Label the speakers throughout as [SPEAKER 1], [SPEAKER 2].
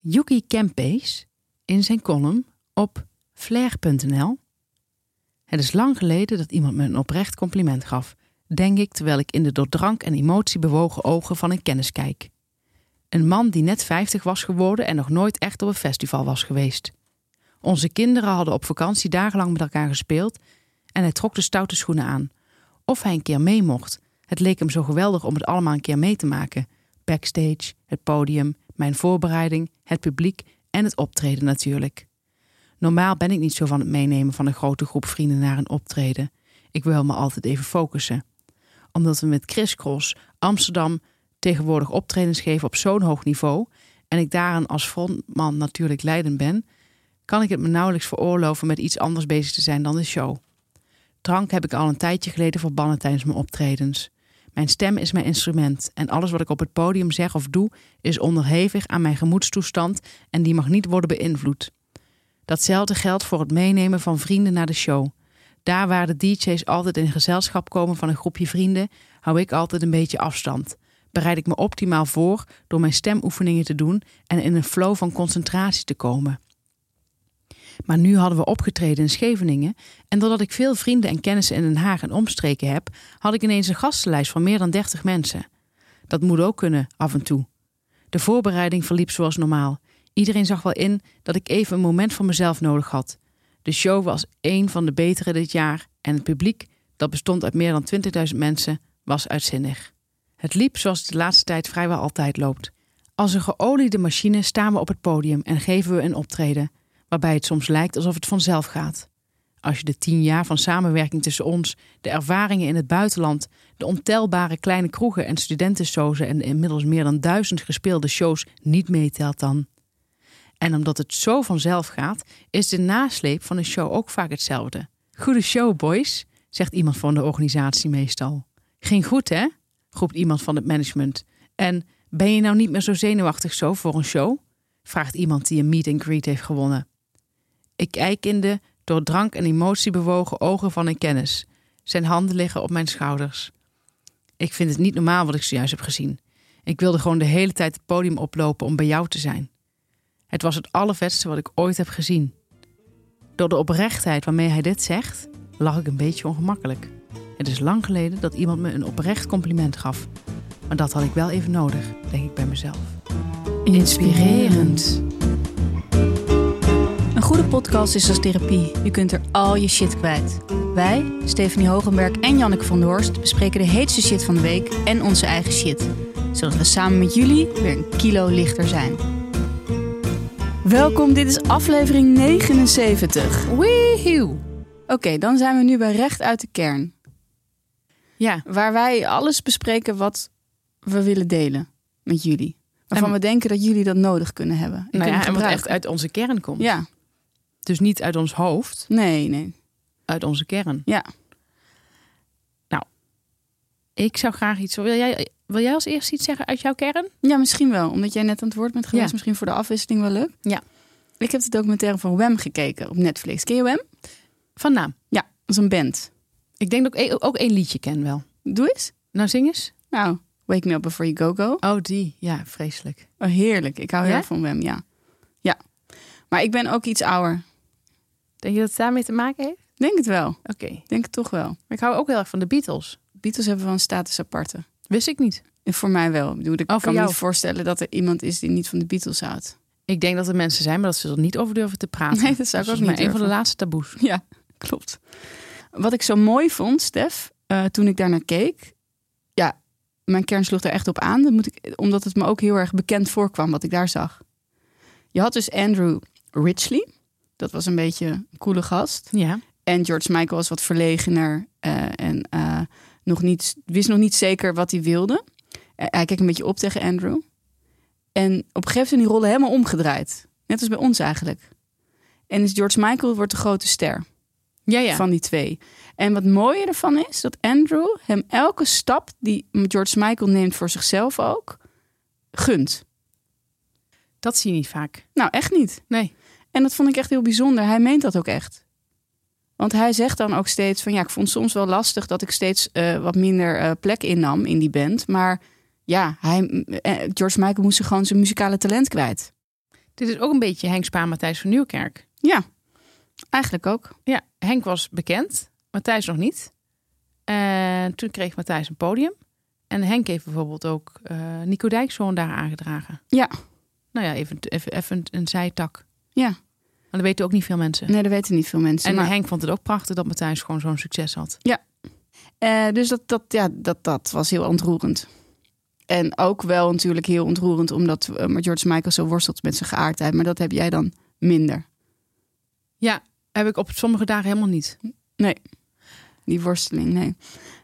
[SPEAKER 1] Yuki Kempees in zijn column op flair.nl. Het is lang geleden dat iemand me een oprecht compliment gaf, denk ik terwijl ik in de door drank en emotie bewogen ogen van een kennis kijk. Een man die net 50 was geworden en nog nooit echt op een festival was geweest. Onze kinderen hadden op vakantie dagenlang met elkaar gespeeld en hij trok de stoute schoenen aan. Of hij een keer mee mocht. Het leek hem zo geweldig om het allemaal een keer mee te maken. Backstage, het podium, mijn voorbereiding, het publiek en het optreden natuurlijk. Normaal ben ik niet zo van het meenemen van een grote groep vrienden naar een optreden. Ik wil me altijd even focussen. Omdat we met Chris Cross Amsterdam tegenwoordig optredens geven op zo'n hoog niveau en ik daaraan als frontman natuurlijk leidend ben, kan ik het me nauwelijks veroorloven met iets anders bezig te zijn dan de show. Drank heb ik al een tijdje geleden verbannen tijdens mijn optredens. Mijn stem is mijn instrument en alles wat ik op het podium zeg of doe is onderhevig aan mijn gemoedstoestand en die mag niet worden beïnvloed. Datzelfde geldt voor het meenemen van vrienden naar de show. Daar waar de DJ's altijd in gezelschap komen van een groepje vrienden, hou ik altijd een beetje afstand. Bereid ik me optimaal voor door mijn stemoefeningen te doen en in een flow van concentratie te komen. Maar nu hadden we opgetreden in Scheveningen. En doordat ik veel vrienden en kennissen in Den Haag en omstreken heb, had ik ineens een gastenlijst van meer dan 30 mensen. Dat moet ook kunnen, af en toe. De voorbereiding verliep zoals normaal. Iedereen zag wel in dat ik even een moment voor mezelf nodig had. De show was één van de betere dit jaar en het publiek, dat bestond uit meer dan 20.000 mensen, was uitzinnig. Het liep zoals het de laatste tijd vrijwel altijd loopt. Als een geoliede machine staan we op het podium en geven we een optreden waarbij het soms lijkt alsof het vanzelf gaat. Als je de tien jaar van samenwerking tussen ons, de ervaringen in het buitenland, de ontelbare kleine kroegen en studentensozen en de inmiddels meer dan duizend gespeelde shows niet meetelt dan. En omdat het zo vanzelf gaat, is de nasleep van een show ook vaak hetzelfde. Goede show, boys, zegt iemand van de organisatie meestal. Ging goed, hè? roept iemand van het management. En ben je nou niet meer zo zenuwachtig zo voor een show? vraagt iemand die een meet and greet heeft gewonnen. Ik kijk in de door drank en emotie bewogen ogen van een kennis. Zijn handen liggen op mijn schouders. Ik vind het niet normaal wat ik zojuist heb gezien. Ik wilde gewoon de hele tijd het podium oplopen om bij jou te zijn. Het was het allervetste wat ik ooit heb gezien. Door de oprechtheid waarmee hij dit zegt, lag ik een beetje ongemakkelijk. Het is lang geleden dat iemand me een oprecht compliment gaf. Maar dat had ik wel even nodig, denk ik bij mezelf. Inspirerend.
[SPEAKER 2] Een goede podcast is als therapie. Je kunt er al je shit kwijt. Wij, Stefanie Hogenberg en Janneke van Doorst, bespreken de heetste shit van de week en onze eigen shit. Zodat we samen met jullie weer een kilo lichter zijn. Welkom, dit is aflevering 79.
[SPEAKER 1] Weehoe!
[SPEAKER 2] Oké, dan zijn we nu bij Recht uit de Kern.
[SPEAKER 1] Ja,
[SPEAKER 2] Waar wij alles bespreken wat we willen delen met jullie. Waarvan
[SPEAKER 1] En-
[SPEAKER 2] we denken dat jullie dat nodig kunnen hebben. En
[SPEAKER 1] nou
[SPEAKER 2] kunnen
[SPEAKER 1] ja, en wat echt
[SPEAKER 2] gebruiken.
[SPEAKER 1] uit onze kern komt.
[SPEAKER 2] Ja,
[SPEAKER 1] Dus niet uit ons hoofd,
[SPEAKER 2] nee, nee.
[SPEAKER 1] uit onze kern. Nou,
[SPEAKER 2] Ja.
[SPEAKER 1] Ik zou graag iets. Wil jij, wil jij als eerste iets zeggen uit jouw kern?
[SPEAKER 2] Ja, misschien wel. Omdat jij net aan het woord bent geweest.
[SPEAKER 1] Ja.
[SPEAKER 2] Misschien voor de afwisseling wel leuk.
[SPEAKER 1] Ja.
[SPEAKER 2] Ik heb de documentaire van Wem gekeken op Netflix. Ken je Wem?
[SPEAKER 1] Van naam.
[SPEAKER 2] Ja, dat is een band.
[SPEAKER 1] Ik denk dat ik e- ook één liedje ken wel.
[SPEAKER 2] Doe eens.
[SPEAKER 1] Nou, zing eens.
[SPEAKER 2] Nou, Wake Me Up Before You Go Go.
[SPEAKER 1] Oh, die. Ja, vreselijk.
[SPEAKER 2] Oh, heerlijk. Ik hou heel
[SPEAKER 1] Ja?
[SPEAKER 2] erg van Wem, ja. Ja. Maar ik ben ook iets ouder.
[SPEAKER 1] Denk je dat het daarmee te maken heeft?
[SPEAKER 2] Denk het wel.
[SPEAKER 1] Oké.
[SPEAKER 2] Denk het toch wel.
[SPEAKER 1] Maar ik hou ook heel erg van de Beatles.
[SPEAKER 2] Beatles hebben wel een status aparte.
[SPEAKER 1] Wist ik niet.
[SPEAKER 2] En voor mij wel. Ik, bedoel, ik
[SPEAKER 1] Oh, voor
[SPEAKER 2] kan me
[SPEAKER 1] jou.
[SPEAKER 2] niet voorstellen dat er iemand is die niet van de Beatles houdt.
[SPEAKER 1] Ik denk dat er mensen zijn, maar dat ze er niet over durven te praten.
[SPEAKER 2] Nee, dat zou ik ook
[SPEAKER 1] is
[SPEAKER 2] niet
[SPEAKER 1] maar een van
[SPEAKER 2] durven.
[SPEAKER 1] de laatste taboes.
[SPEAKER 2] Ja, klopt. Wat ik zo mooi vond, Stef, eh, toen ik daarnaar keek. Ja, mijn kern sloeg er echt op aan. Dat moet ik, omdat het me ook heel erg bekend voorkwam wat ik daar zag. Je had dus Andrew Ridgely. Dat was een beetje een coole gast.
[SPEAKER 1] Ja.
[SPEAKER 2] En George Michael was wat verlegener. eh, en eh, nog niet, wist nog niet zeker wat hij wilde. Eh, hij keek een beetje op tegen Andrew. En op een gegeven moment zijn die rollen helemaal omgedraaid. Net als bij ons eigenlijk. En is George Michael wordt de grote ster
[SPEAKER 1] Ja, ja.
[SPEAKER 2] van die twee. En wat mooie ervan is dat Andrew hem elke stap die George Michael neemt voor zichzelf ook gunt.
[SPEAKER 1] Dat zie je niet vaak.
[SPEAKER 2] Nou, echt niet.
[SPEAKER 1] Nee.
[SPEAKER 2] En dat vond ik echt heel bijzonder. Hij meent dat ook echt. Want hij zegt dan ook steeds van ja, ik vond het soms wel lastig dat ik steeds eh, wat minder eh, plek innam in die band. Maar ja, hij, eh, George Michael moest gewoon zijn muzikale talent kwijt.
[SPEAKER 1] Dit is ook een beetje Henk Spaan, Matthijs van Nieuwkerk.
[SPEAKER 2] Ja, eigenlijk ook.
[SPEAKER 1] Ja, Henk was bekend, Matthijs nog niet. En toen kreeg Matthijs een podium. En Henk heeft bijvoorbeeld ook eh, Nico Dijkshoorn daar aangedragen.
[SPEAKER 2] Ja.
[SPEAKER 1] Nou ja, even, even, even een, een zijtak.
[SPEAKER 2] Ja.
[SPEAKER 1] Maar dat weten ook niet veel mensen.
[SPEAKER 2] Nee, dat weten niet veel mensen.
[SPEAKER 1] en
[SPEAKER 2] maar-
[SPEAKER 1] Henk vond het ook prachtig dat Matthijs gewoon zo'n succes had.
[SPEAKER 2] Eh, dus dat, dat, ja, dat, dat was heel ontroerend. En ook wel natuurlijk heel ontroerend omdat eh, maar George Michael zo worstelt met zijn geaardheid. Maar dat heb jij dan minder.
[SPEAKER 1] Heb ik op sommige dagen helemaal niet.
[SPEAKER 2] Die worsteling, nee.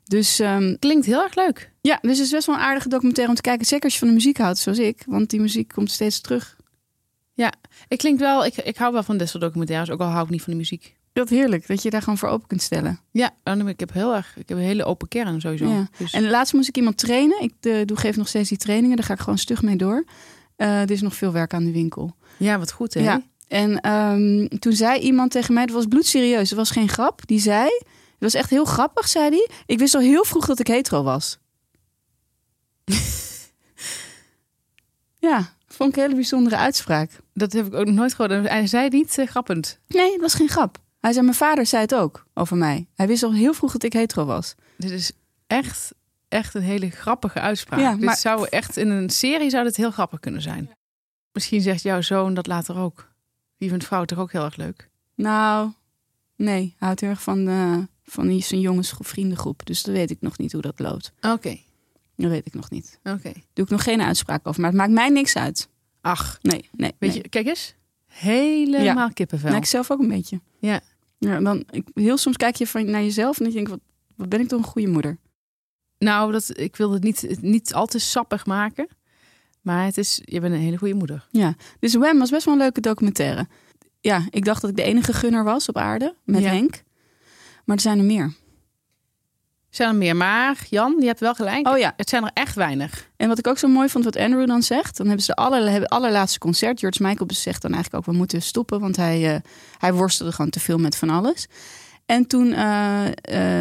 [SPEAKER 2] Dus ehm,
[SPEAKER 1] Klinkt heel erg leuk.
[SPEAKER 2] ja, dus het is best wel een aardige documentaire om te kijken. Zeker als je van de muziek houdt, zoals ik. Want die muziek komt steeds terug.
[SPEAKER 1] Ik klinkt wel, ik, ik hou wel van dit soort documentaires, ook al hou ik niet van de muziek.
[SPEAKER 2] Dat heerlijk, dat je daar gewoon voor open kunt stellen.
[SPEAKER 1] Ja, en ik heb heel erg, ik heb een hele open kern sowieso.
[SPEAKER 2] Ja.
[SPEAKER 1] Dus,
[SPEAKER 2] En laatst moest ik iemand trainen. Ik eh, doe, geef nog steeds die trainingen. Daar ga ik gewoon stug mee door. Eh, er is nog veel werk aan de winkel.
[SPEAKER 1] ja, wat goed hè?
[SPEAKER 2] Ja. En ehm, toen zei iemand tegen mij, dat was bloedserieus, dat was geen grap. Die zei, het was echt heel grappig, zei hij. Ik wist al heel vroeg dat ik hetero was. ja, vond ik een hele bijzondere uitspraak.
[SPEAKER 1] Dat heb ik ook nog nooit gehoord. En Hij zei niet eh, grappend.
[SPEAKER 2] Nee, het was geen grap. Hij zei, mijn vader zei het ook over mij. Hij wist al heel vroeg dat ik hetero was.
[SPEAKER 1] Dit is echt, echt een hele grappige uitspraak.
[SPEAKER 2] Ja, maar-
[SPEAKER 1] Dit zou echt in een serie zou dit heel grappig kunnen zijn. Misschien zegt jouw zoon dat later ook. Die vindt vrouw toch ook heel erg leuk.
[SPEAKER 2] Nou, nee, hij houdt heel erg van, eh, van die- zijn jongensvriendengroep. Dus dat weet ik nog niet hoe dat loopt.
[SPEAKER 1] Oké,
[SPEAKER 2] Dat weet ik nog niet.
[SPEAKER 1] oké.
[SPEAKER 2] Doe ik nog geen uitspraak over, maar het maakt mij niks uit.
[SPEAKER 1] Ach,
[SPEAKER 2] Nee, nee.
[SPEAKER 1] weet je, kijk eens. Helemaal kippenvel.
[SPEAKER 2] Nou, ik zelf ook een beetje.
[SPEAKER 1] Ja.
[SPEAKER 2] ja dan, ik, heel soms kijk je van, naar jezelf en dan denk je, wat, wat ben ik toch een goede moeder.
[SPEAKER 1] Nou, dat, ik wil het niet, het niet al te sappig maken. Maar het is, je bent een hele goede moeder.
[SPEAKER 2] Dus Wham was best wel een leuke documentaire. Ja, ik dacht dat ik de enige gunner was op aarde met
[SPEAKER 1] Ja.
[SPEAKER 2] Henk. Maar er zijn er meer.
[SPEAKER 1] Zijn er meer? Maar Jan, je hebt wel gelijk.
[SPEAKER 2] Oh ja,
[SPEAKER 1] Het zijn er echt weinig.
[SPEAKER 2] en wat ik ook zo mooi vond wat Andrew dan zegt. Dan hebben ze de aller, hebben allerlaatste concert. George Michael dus zegt dan eigenlijk ook, we moeten stoppen. Want hij, eh, hij worstelde gewoon te veel met van alles. En toen eh,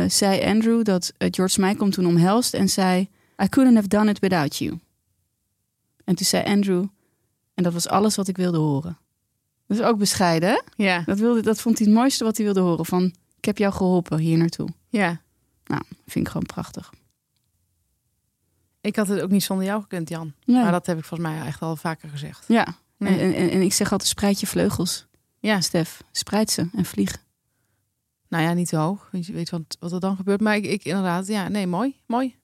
[SPEAKER 2] eh, zei Andrew dat eh, George Michael hem toen omhelst en zei... I couldn't have done it without you. En toen zei Andrew... En dat was alles wat ik wilde horen. Dat is ook bescheiden, hè?
[SPEAKER 1] Ja,
[SPEAKER 2] Dat, wilde, dat vond hij het mooiste wat hij wilde horen. Van, ik heb jou geholpen hier naartoe.
[SPEAKER 1] ja.
[SPEAKER 2] Vind ik gewoon prachtig.
[SPEAKER 1] Ik had het ook niet zonder jou gekund, Jan.
[SPEAKER 2] Ja,
[SPEAKER 1] Maar dat heb ik volgens mij echt al vaker gezegd.
[SPEAKER 2] ja.
[SPEAKER 1] Nee.
[SPEAKER 2] En, en, en ik zeg altijd, spreid je vleugels,
[SPEAKER 1] Ja,
[SPEAKER 2] Stef. Spreid ze en vlieg.
[SPEAKER 1] nou ja, niet te hoog. Want je weet wat, wat er dan gebeurt. Maar ik, ik inderdaad, ja, nee, mooi, mooi.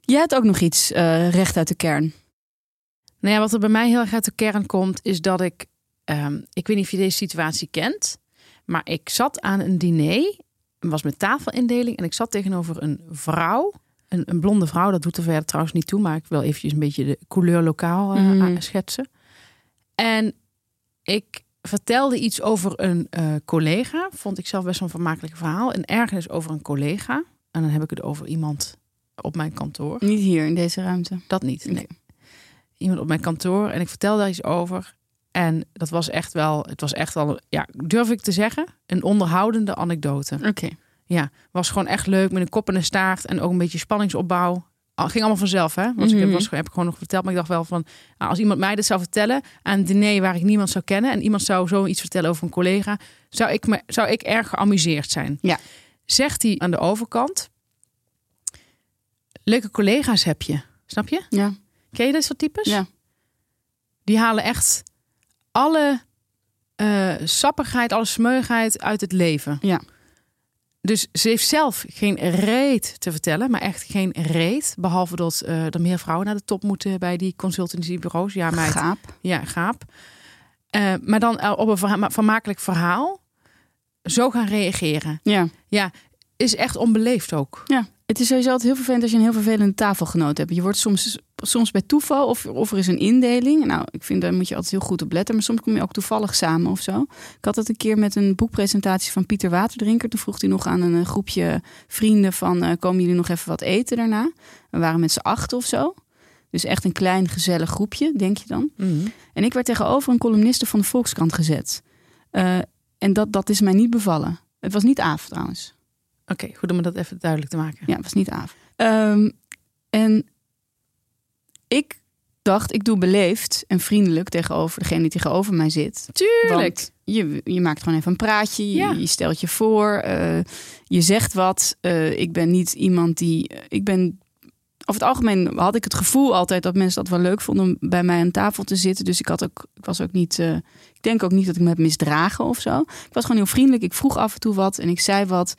[SPEAKER 2] Jij hebt ook nog iets eh, recht uit de kern.
[SPEAKER 1] Nou ja, wat er bij mij heel erg uit de kern komt, is dat ik... ehm, ik weet niet of je deze situatie kent. Maar ik zat aan een diner. Het was met tafelindeling. En ik zat tegenover een vrouw. Een, een blonde vrouw, dat doet er verder trouwens niet toe. Maar ik wil eventjes een beetje de couleur lokaal eh,
[SPEAKER 2] Mhm.
[SPEAKER 1] aan- schetsen. En ik vertelde iets over een eh, collega. Vond ik zelf best wel een vermakelijk verhaal. Een ergernis over een collega. En dan heb ik het over iemand op mijn kantoor.
[SPEAKER 2] Niet hier in deze ruimte.
[SPEAKER 1] Dat niet.
[SPEAKER 2] Oké.
[SPEAKER 1] Nee. Iemand op mijn kantoor en ik vertelde daar iets over. En dat was echt wel, het was echt wel, ja, durf ik te zeggen, een onderhoudende anekdote.
[SPEAKER 2] Oké.
[SPEAKER 1] Was gewoon echt leuk met een kop en een staart en ook een beetje spanningsopbouw. Al- Ging allemaal vanzelf, hè? Want ik
[SPEAKER 2] Mhm.
[SPEAKER 1] heb, was, heb ik gewoon nog verteld, maar ik dacht wel van, nou, als iemand mij dit zou vertellen aan een diner waar ik niemand zou kennen en iemand zou zoiets vertellen over een collega, zou ik, me, zou ik erg geamuseerd zijn.
[SPEAKER 2] Ja.
[SPEAKER 1] Zegt hij aan de overkant, leuke collega's heb je, snap je?
[SPEAKER 2] Ja.
[SPEAKER 1] Ken je dit soort types?
[SPEAKER 2] Ja.
[SPEAKER 1] Die halen echt alle eh, sappigheid, alle smeugheid uit het leven.
[SPEAKER 2] Ja.
[SPEAKER 1] Dus ze heeft zelf geen reet te vertellen, maar echt geen reet. Behalve dat eh, er meer vrouwen naar de top moeten bij die consultancybureaus. Ja, meid.
[SPEAKER 2] Gaap.
[SPEAKER 1] Ja, gaap. Eh, maar dan eh, op een verha- vermakelijk verhaal zo gaan reageren.
[SPEAKER 2] Ja.
[SPEAKER 1] Is echt onbeleefd ook.
[SPEAKER 2] ja. Het is sowieso altijd heel vervelend als je een heel vervelende tafelgenoot hebt. Je wordt soms, soms bij toeval of, of er is een indeling. Nou, ik vind daar moet je altijd heel goed op letten. Maar soms kom je ook toevallig samen of zo. Ik had dat een keer met een boekpresentatie van Pieter Waterdrinker. Toen vroeg hij nog aan een eh, groepje vrienden van... eh, komen jullie nog even wat eten daarna? We waren met z'n acht of zo. Dus echt een klein gezellig groepje, denk je dan. En ik werd tegenover een columniste van de Volkskrant gezet. Eh, en dat, dat is mij niet bevallen. Het was niet Aaf trouwens.
[SPEAKER 1] Oké, goed om dat even duidelijk te maken.
[SPEAKER 2] Ja, het was niet Aaf. Ehm, en ik, dacht, ik doe beleefd en vriendelijk tegenover degene die tegenover mij zit.
[SPEAKER 1] Tuurlijk.
[SPEAKER 2] Want je, je maakt gewoon even een praatje, je,
[SPEAKER 1] Ja.
[SPEAKER 2] je stelt je voor, eh, je zegt wat. Eh, ik ben niet iemand die. Ik ben. Over het algemeen had ik het gevoel altijd dat mensen dat wel leuk vonden om bij mij aan tafel te zitten. Dus ik had ook, ik was ook niet. eh, ik denk ook niet dat ik me heb misdragen of zo. Ik was gewoon heel vriendelijk. Ik vroeg af en toe wat en ik zei wat.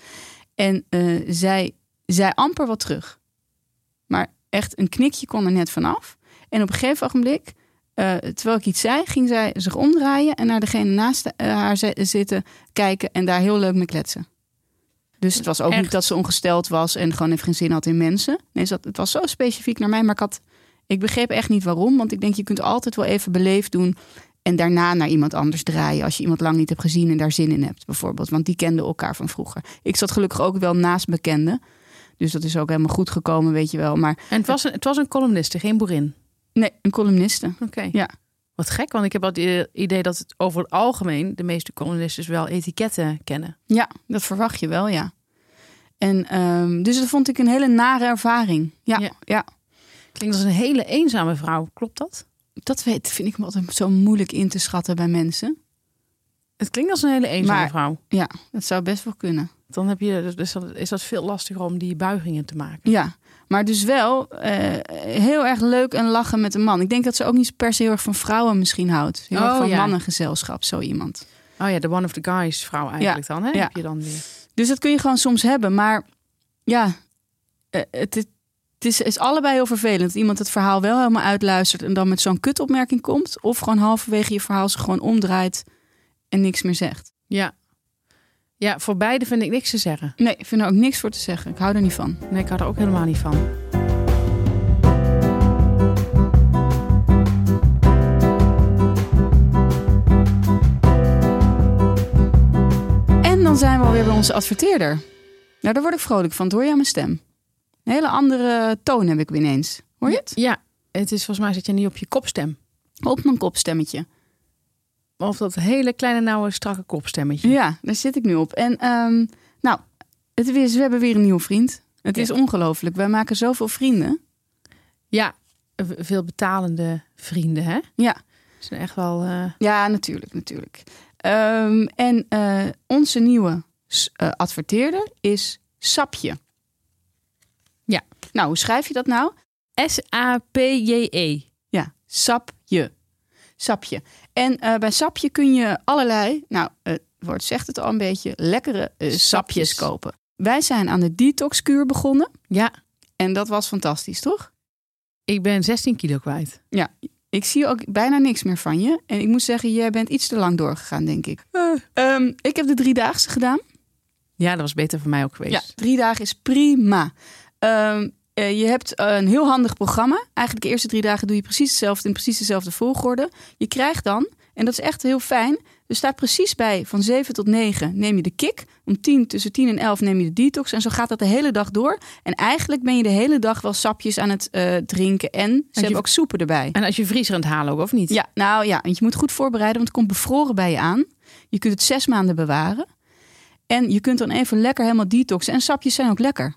[SPEAKER 2] En eh, zij zei amper wat terug. Maar echt een knikje kon er net vanaf. En op een gegeven ogenblik, eh, terwijl ik iets zei, ging zij zich omdraaien en naar degene naast eh, haar zi- zitten kijken en daar heel leuk mee kletsen. Dus het was ook
[SPEAKER 1] Echt?
[SPEAKER 2] niet dat ze ongesteld was en gewoon even geen zin had in mensen. Nee, ze had- het was zo specifiek naar mij, maar ik, had, ik begreep echt niet waarom. Want ik denk, je kunt altijd wel even beleefd doen en daarna naar iemand anders draaien. Als je iemand lang niet hebt gezien en daar zin in hebt, bijvoorbeeld. Want die kenden elkaar van vroeger. Ik zat gelukkig ook wel naast bekenden. Dus dat is ook helemaal goed gekomen, weet je wel. Maar
[SPEAKER 1] En het was, een, het was een columniste, geen boerin.
[SPEAKER 2] nee, een columniste.
[SPEAKER 1] Oké.
[SPEAKER 2] Ja.
[SPEAKER 1] Wat gek, want ik heb altijd het idee dat het over het algemeen de meeste columnistes wel etiketten kennen.
[SPEAKER 2] Ja, dat verwacht je wel, ja. En ehm, dus dat vond ik een hele nare ervaring. Ja,
[SPEAKER 1] Ja.
[SPEAKER 2] ja.
[SPEAKER 1] Klinkt als een hele eenzame vrouw, klopt dat?
[SPEAKER 2] dat weet, vind ik me altijd zo moeilijk in te schatten bij mensen.
[SPEAKER 1] Het klinkt als een hele eenzame
[SPEAKER 2] Maar-
[SPEAKER 1] vrouw.
[SPEAKER 2] Ja, dat zou best wel kunnen.
[SPEAKER 1] Dan heb je, dus dan is dat veel lastiger om die buigingen te maken.
[SPEAKER 2] Ja, maar dus wel eh, heel erg leuk en lachen met een man. Ik denk dat ze ook niet per se heel erg van vrouwen misschien houdt. Heel erg
[SPEAKER 1] Oh,
[SPEAKER 2] van
[SPEAKER 1] ja.
[SPEAKER 2] mannengezelschap, zo iemand.
[SPEAKER 1] Oh ja, de one of the guys vrouw eigenlijk dan, hè?
[SPEAKER 2] ja.
[SPEAKER 1] Heb je dan weer.
[SPEAKER 2] Dus dat kun je gewoon soms hebben. Maar ja, eh, het, het is, is allebei heel vervelend. Dat Iemand het verhaal wel helemaal uitluistert en dan met zo'n kutopmerking komt. Of gewoon halverwege je verhaal zich gewoon omdraait en niks meer zegt.
[SPEAKER 1] Ja. Ja, voor beide vind ik niks te zeggen.
[SPEAKER 2] Nee, ik vind er ook niks voor te zeggen. Ik hou er niet van.
[SPEAKER 1] Nee, ik hou er ook helemaal niet van.
[SPEAKER 2] En dan zijn we alweer bij onze adverteerder. Nou, daar word ik vrolijk van. Dat hoor je aan mijn stem. Een hele andere toon heb ik ineens. Hoor je het?
[SPEAKER 1] Ja, het is volgens mij zit je niet op je kopstem.
[SPEAKER 2] Op mijn kopstemmetje.
[SPEAKER 1] Of dat hele kleine, nauwe, strakke kopstemmetje.
[SPEAKER 2] Ja, daar zit ik nu op. En ehm, nou, het is, we hebben weer een nieuwe vriend. Het is
[SPEAKER 1] Ja.
[SPEAKER 2] ongelooflijk. Wij maken zoveel vrienden.
[SPEAKER 1] Ja, v- veel betalende vrienden, hè?
[SPEAKER 2] Ja.
[SPEAKER 1] Ze zijn echt wel... eh,
[SPEAKER 2] Ja, natuurlijk, natuurlijk. Ehm, en eh, onze nieuwe s- eh, adverteerder is Sapje.
[SPEAKER 1] Ja.
[SPEAKER 2] Nou, hoe schrijf je dat nou?
[SPEAKER 1] S-A-P-J-E.
[SPEAKER 2] Ja, Sapje. Sapje. En eh, bij Sapje kun je allerlei, nou, eh, het woord zegt het al een beetje, lekkere eh,
[SPEAKER 1] Sapjes.
[SPEAKER 2] sapjes kopen. Wij zijn aan de detoxkuur begonnen.
[SPEAKER 1] Ja,
[SPEAKER 2] En dat was fantastisch, toch?
[SPEAKER 1] ik ben 16 kilo kwijt.
[SPEAKER 2] Ik zie ook bijna niks meer van je. En ik moet zeggen, jij bent iets te lang doorgegaan, denk ik. Ehm, ik heb de driedaagse gedaan.
[SPEAKER 1] Ja, dat was beter voor mij ook geweest.
[SPEAKER 2] Ja, drie dagen is prima. Ehm, eh, je hebt een heel handig programma. Eigenlijk de eerste drie dagen doe je precies hetzelfde in precies dezelfde volgorde. Je krijgt dan, en dat is echt heel fijn, er staat precies bij van 7 tot 9 neem je de kick. Om 10, tussen 10 en 11 neem je de detox. En zo gaat dat de hele dag door. En eigenlijk ben je de hele dag wel sapjes aan het eh, drinken. En ze
[SPEAKER 1] je-
[SPEAKER 2] hebben ook soepen erbij.
[SPEAKER 1] En als je vriezer aan het halen ook, of niet?
[SPEAKER 2] Ja, nou ja, want je moet goed voorbereiden, want het komt bevroren bij je aan. Je kunt het zes maanden bewaren. En je kunt dan even lekker helemaal detoxen. En sapjes zijn ook lekker.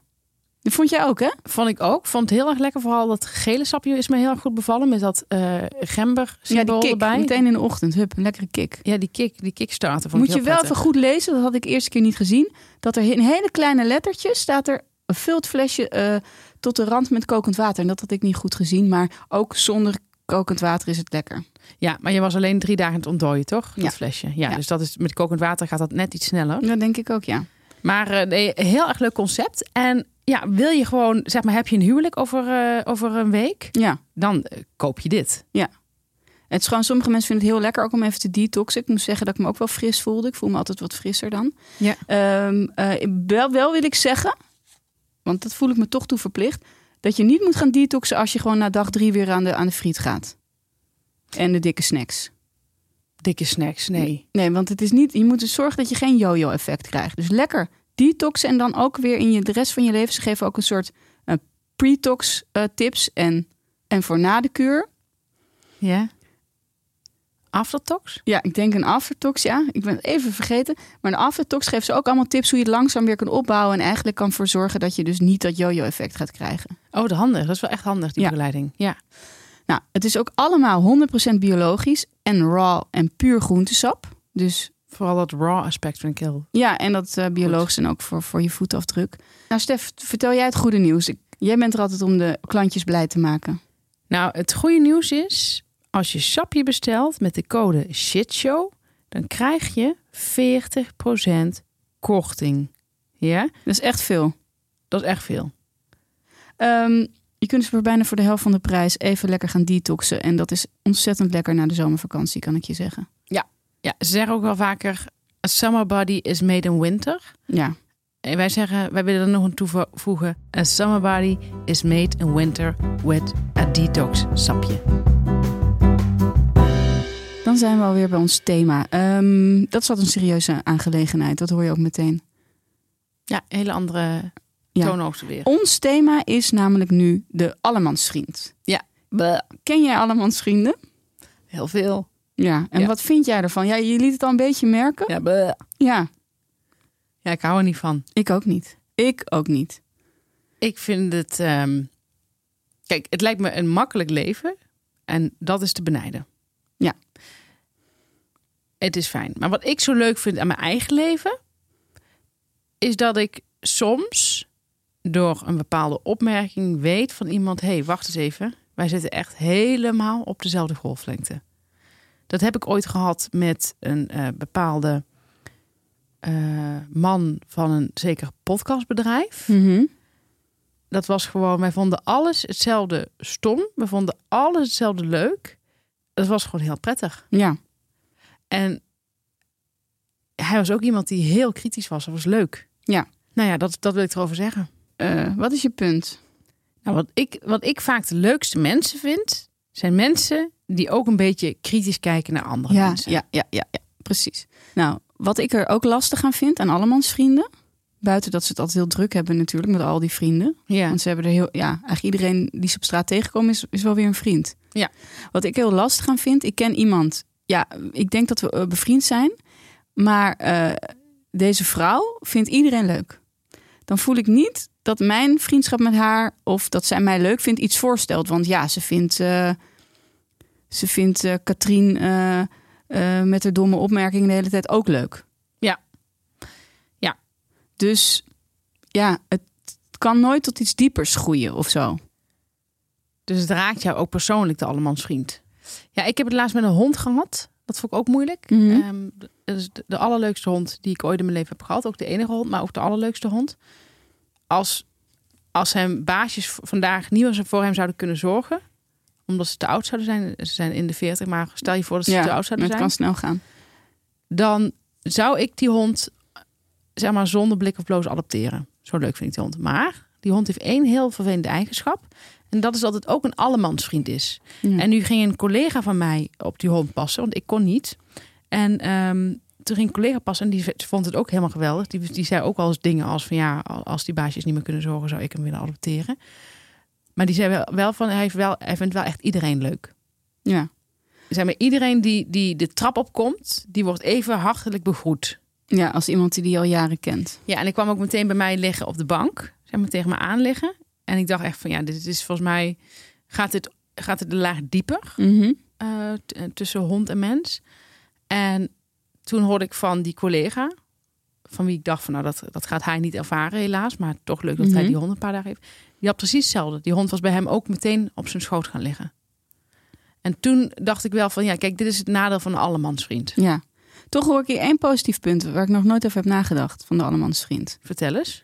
[SPEAKER 2] Dat vond jij ook, hè?
[SPEAKER 1] Vond ik ook. Vond het heel erg lekker. Vooral dat gele sapje is me heel erg goed bevallen. Met dat eh gember
[SPEAKER 2] Ja, die
[SPEAKER 1] symbool
[SPEAKER 2] kick.
[SPEAKER 1] erbij.
[SPEAKER 2] Meteen in de ochtend. Hup, een lekkere kick.
[SPEAKER 1] Ja, die, kick, die kickstarter vond
[SPEAKER 2] Moet
[SPEAKER 1] ik
[SPEAKER 2] je
[SPEAKER 1] heel
[SPEAKER 2] wel even
[SPEAKER 1] prettig.
[SPEAKER 2] goed lezen, dat had ik de eerste keer niet gezien. Dat er in hele kleine lettertjes staat er een vult flesje eh, tot de rand met kokend water. En dat had ik niet goed gezien, maar ook zonder kokend water is het lekker.
[SPEAKER 1] Ja, maar je was alleen drie dagen aan het ontdooien, toch? Dat
[SPEAKER 2] Ja.
[SPEAKER 1] flesje. Ja,
[SPEAKER 2] Ja.
[SPEAKER 1] dus dat is, met kokend water gaat dat net iets sneller.
[SPEAKER 2] Dat denk ik ook, ja.
[SPEAKER 1] Maar eh, nee, heel erg leuk concept. En ja, wil je gewoon, zeg maar, heb je een huwelijk over, eh, over een week?
[SPEAKER 2] Ja.
[SPEAKER 1] Dan eh, koop je dit.
[SPEAKER 2] Het is gewoon, sommige mensen vinden het heel lekker ook om even te detoxen. Ik moet zeggen dat ik me ook wel fris voelde. Ik voel me altijd wat frisser dan.
[SPEAKER 1] Ja.
[SPEAKER 2] Ehm, eh, wel, wel wil ik zeggen, want dat voel ik me toch toe verplicht, dat je niet moet gaan detoxen als je gewoon na dag drie weer aan de, aan de friet gaat. En de dikke snacks.
[SPEAKER 1] Dikke snacks, nee.
[SPEAKER 2] Nee, want het is niet, je moet dus zorgen dat je geen yo-yo-effect krijgt. Dus lekker detoxen en dan ook weer in je, de rest van je leven. Ze geven ook een soort eh, pre-tox eh, tips en, en voor na de kuur.
[SPEAKER 1] Ja. Aftertox?
[SPEAKER 2] Ja, ik denk een aftertox, ja. Ik ben het even vergeten. Maar een aftertox geeft ze ook allemaal tips hoe je het langzaam weer kan opbouwen. En eigenlijk kan voor zorgen dat je dus niet dat yo-yo effect gaat krijgen.
[SPEAKER 1] Oh, de handig. Dat is wel echt handig, die
[SPEAKER 2] Ja.
[SPEAKER 1] begeleiding. Ja.
[SPEAKER 2] Nou, het is ook allemaal 100% biologisch en raw en puur groentesap. Dus
[SPEAKER 1] Vooral dat raw aspect vind ik heel...
[SPEAKER 2] ja, en dat eh, biologisch en ook voor, voor je voetafdruk. Nou, Stef, vertel jij het goede nieuws. Ik, jij bent er altijd om de klantjes blij te maken.
[SPEAKER 1] Nou, het goede nieuws is... Als je sapje bestelt met de code SHITSHOW... dan krijg je 40% korting. Ja?
[SPEAKER 2] Dat is echt veel.
[SPEAKER 1] Dat is echt veel.
[SPEAKER 2] Ehm, je kunt dus voor bijna voor de helft van de prijs even lekker gaan detoxen. En dat is ontzettend lekker na de zomervakantie, kan ik je zeggen.
[SPEAKER 1] Ja, ze zeggen ook wel vaker... A summer body is made in winter.
[SPEAKER 2] Ja,
[SPEAKER 1] En wij zeggen, wij willen er nog een toevoegen. A summer body is made in winter with a detox sapje.
[SPEAKER 2] dan zijn we alweer bij ons thema. Ehm, dat is wat een serieuze aangelegenheid, dat hoor je ook meteen.
[SPEAKER 1] Ja, een hele andere
[SPEAKER 2] Ja.
[SPEAKER 1] toonhoogte weer.
[SPEAKER 2] Ons thema is namelijk nu de allemansvriend. Ken jij allemansvrienden?
[SPEAKER 1] Heel veel.
[SPEAKER 2] Ja, en
[SPEAKER 1] Ja.
[SPEAKER 2] wat vind jij ervan? Ja, je liet het al een beetje merken.
[SPEAKER 1] Ja,
[SPEAKER 2] Ja,
[SPEAKER 1] ja, ik hou er niet van.
[SPEAKER 2] ik ook niet. Ik ook niet.
[SPEAKER 1] Ik vind het. ehm, Kijk, het lijkt me een makkelijk leven. En dat is te benijden.
[SPEAKER 2] Ja.
[SPEAKER 1] Het is fijn. Maar wat ik zo leuk vind aan mijn eigen leven. Is dat ik soms door een bepaalde opmerking weet van iemand: hé, hey, wacht eens even. Wij zitten echt helemaal op dezelfde golflengte. Dat heb ik ooit gehad met een eh, bepaalde eh, man van een zeker podcastbedrijf
[SPEAKER 2] Mhm.
[SPEAKER 1] dat was gewoon, wij vonden alles hetzelfde stom. We vonden alles hetzelfde leuk. Dat was gewoon heel prettig.
[SPEAKER 2] Ja,
[SPEAKER 1] En hij was ook iemand die heel kritisch was. Dat was leuk.
[SPEAKER 2] Ja.
[SPEAKER 1] Nou ja, dat, dat wil ik erover zeggen.
[SPEAKER 2] Eh, wat is je punt?
[SPEAKER 1] Nou, wat, ik, wat ik vaak de leukste mensen vind, zijn mensen die ook een beetje kritisch kijken naar andere
[SPEAKER 2] Ja,
[SPEAKER 1] mensen.
[SPEAKER 2] ja, ja, ja, ja, precies. Nou, wat ik er ook lastig aan vind aan allemansvrienden... buiten dat ze het altijd heel druk hebben natuurlijk met al die vrienden...
[SPEAKER 1] ja.
[SPEAKER 2] Want ze hebben er heel, ja, eigenlijk iedereen die ze op straat tegenkomen is, is wel weer een vriend.
[SPEAKER 1] Ja.
[SPEAKER 2] Wat ik heel lastig aan vind, ik ken iemand, ja, ik denk dat we eh, bevriend zijn, maar eh, deze vrouw vindt iedereen leuk. Dan voel ik niet dat mijn vriendschap met haar of dat zij mij leuk vindt iets voorstelt. Want ja, ze vindt, eh, ze vindt eh, Katrien eh, eh, met haar domme opmerkingen de hele tijd ook leuk.
[SPEAKER 1] Ja. Ja.
[SPEAKER 2] Dus ja, het kan nooit tot iets diepers groeien of zo.
[SPEAKER 1] Dus het raakt jou ook persoonlijk, de allemansvriend. Ja, ik heb het laatst met een hond gehad. Dat vond ik ook moeilijk.
[SPEAKER 2] Mhm.
[SPEAKER 1] Ehm, d- dat is de, de allerleukste hond die ik ooit in mijn leven heb gehad. Ook de enige hond, maar ook de allerleukste hond. Als, als zijn baasjes v- vandaag niet meer zo voor hem zouden kunnen zorgen... omdat ze te oud zouden zijn. Ze zijn in de 40, maar stel je voor dat ze te oud
[SPEAKER 2] maar
[SPEAKER 1] zouden
[SPEAKER 2] het
[SPEAKER 1] zijn
[SPEAKER 2] kan snel gaan.
[SPEAKER 1] dan zou ik die hond zeg maar zonder blik of bloos adopteren. Zo leuk vind ik die hond. Maar die hond heeft één heel vervelende eigenschap. En dat is dat het ook een allemansvriend is.
[SPEAKER 2] Ja.
[SPEAKER 1] En nu ging een collega van mij op die hond passen, want ik kon niet. En ehm, toen ging een collega passen en die v- vond het ook helemaal geweldig. Die, die zei ook al eens dingen als van ja, al- als die baasjes niet meer kunnen zorgen, zou ik hem willen adopteren. Maar die zei wel, wel van, hij, heeft wel, hij vindt wel echt iedereen leuk
[SPEAKER 2] Ja.
[SPEAKER 1] zeg maar, iedereen die, die de trap opkomt, die wordt even hartelijk begroet.
[SPEAKER 2] ja, als iemand die die al jaren kent.
[SPEAKER 1] Ja, en ik kwam ook meteen bij mij liggen op de bank, zeg maar, tegen me aan liggen. En ik dacht echt van, ja, dit is volgens mij, gaat dit, gaat het de laag dieper eh, t- eh, tussen hond en mens? En toen hoorde ik van die collega, van wie ik dacht van, nou, dat, dat gaat hij niet ervaren helaas, maar toch leuk dat hij
[SPEAKER 2] Mhm.
[SPEAKER 1] die hond een paar dagen heeft. Die had precies hetzelfde. Die hond was bij hem ook meteen op zijn schoot gaan liggen. En toen dacht ik wel van, ja, kijk, dit is het nadeel van een allemansvriend.
[SPEAKER 2] Ja. Toch hoor ik hier één positief punt waar ik nog nooit over heb nagedacht van de Allemans vriend.
[SPEAKER 1] Vertel eens.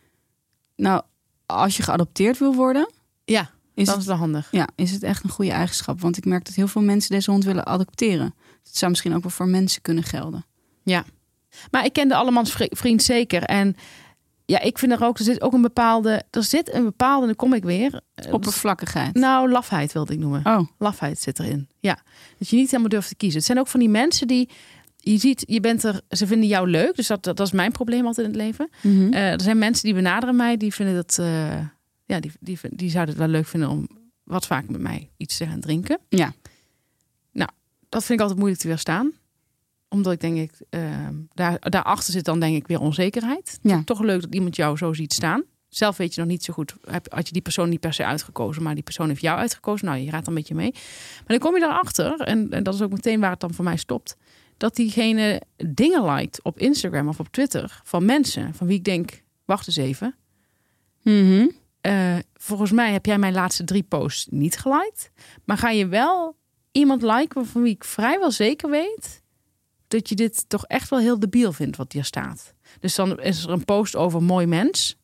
[SPEAKER 2] Nou, als je geadopteerd wil worden,
[SPEAKER 1] Ja,
[SPEAKER 2] is,
[SPEAKER 1] dat
[SPEAKER 2] het,
[SPEAKER 1] is wel handig.
[SPEAKER 2] ja, is het echt een goede eigenschap. Want ik merk dat heel veel mensen deze hond willen adopteren. Dat zou misschien ook wel voor mensen kunnen gelden.
[SPEAKER 1] Maar ik ken de Allemans vri- vriend zeker. En ja, ik vind er ook, er zit ook een bepaalde, er zit een bepaalde, en dan kom ik weer. eh,
[SPEAKER 2] Oppervlakkigheid.
[SPEAKER 1] Nou, lafheid wilde ik noemen.
[SPEAKER 2] Oh,
[SPEAKER 1] Lafheid zit erin. Ja, dat je niet helemaal durft te kiezen. Het zijn ook van die mensen die, je ziet, je bent er, ze vinden jou leuk. Dus dat, dat, dat is mijn probleem altijd in het leven.
[SPEAKER 2] mhm.
[SPEAKER 1] Eh, er zijn mensen die benaderen mij, die vinden dat, eh, ja, die, die, vin- die zouden het wel leuk vinden om wat vaker met mij iets te gaan drinken.
[SPEAKER 2] Ja.
[SPEAKER 1] Nou, dat vind ik altijd moeilijk te weerstaan. Omdat ik denk, ik, ehm, eh, daar, daarachter zit dan denk ik weer onzekerheid.
[SPEAKER 2] Ja.
[SPEAKER 1] Toch leuk dat iemand jou zo ziet staan. Zelf weet je nog niet zo goed. Heb- Had je die persoon niet per se uitgekozen, maar die persoon heeft jou uitgekozen. Nou, je raadt dan een beetje mee. Maar dan kom je erachter, en, en dat is ook meteen waar het dan voor mij stopt. Dat diegene dingen liked op Instagram of op Twitter van mensen van wie ik denk, wacht eens even.
[SPEAKER 2] Mhm.
[SPEAKER 1] Eh, volgens mij heb jij mijn laatste drie posts niet geliked. Maar ga je wel iemand liken van wie ik vrijwel zeker weet dat je dit toch echt wel heel debiel vindt wat hier staat. Dus dan is er een post over mooi mens.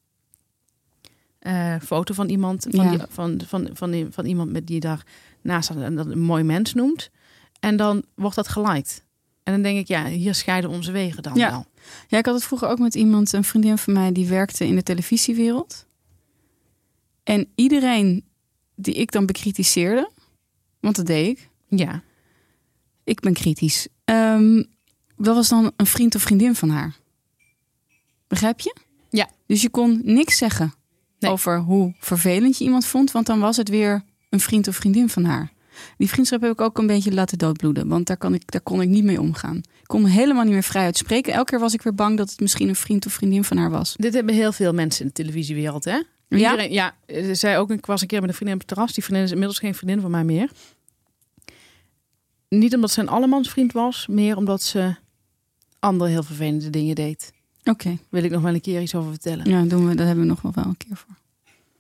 [SPEAKER 1] Eh, foto van iemand, van,
[SPEAKER 2] Ja.
[SPEAKER 1] die- van, van, van, die- van iemand met die daar naast staat en dat een mooi mens noemt. En dan wordt dat geliked. En dan denk ik, ja, hier scheiden onze wegen dan
[SPEAKER 2] Ja.
[SPEAKER 1] wel.
[SPEAKER 2] Ja, ik had het vroeger ook met iemand, een vriendin van mij, die werkte in de televisiewereld. En iedereen die ik dan bekritiseerde, want dat deed ik,
[SPEAKER 1] Ja.
[SPEAKER 2] ik ben kritisch, ehm, dat was dan een vriend of vriendin van haar. Begrijp je?
[SPEAKER 1] Ja.
[SPEAKER 2] Dus je kon niks zeggen
[SPEAKER 1] Nee.
[SPEAKER 2] over hoe vervelend je iemand vond, want dan was het weer een vriend of vriendin van haar. Die vriendschap heb ik ook een beetje laten doodbloeden, want daar, kan ik, daar kon ik niet mee omgaan. Ik kon me helemaal niet meer vrij uitspreken. Elke keer was ik weer bang dat het misschien een vriend of vriendin van haar was.
[SPEAKER 1] Dit hebben heel veel mensen in de televisiewereld, hè?
[SPEAKER 2] Ja?
[SPEAKER 1] Iedereen, ja, eh, zij ook. Ik was een keer met een vriendin op het terras. Die vriendin is inmiddels geen vriendin van mij meer. Niet omdat ze een allemansvriend was, meer omdat ze andere heel vervelende dingen deed.
[SPEAKER 2] Oké,
[SPEAKER 1] Wil ik nog wel een keer iets over vertellen.
[SPEAKER 2] ja, doen we, daar hebben we nog wel wel een keer voor.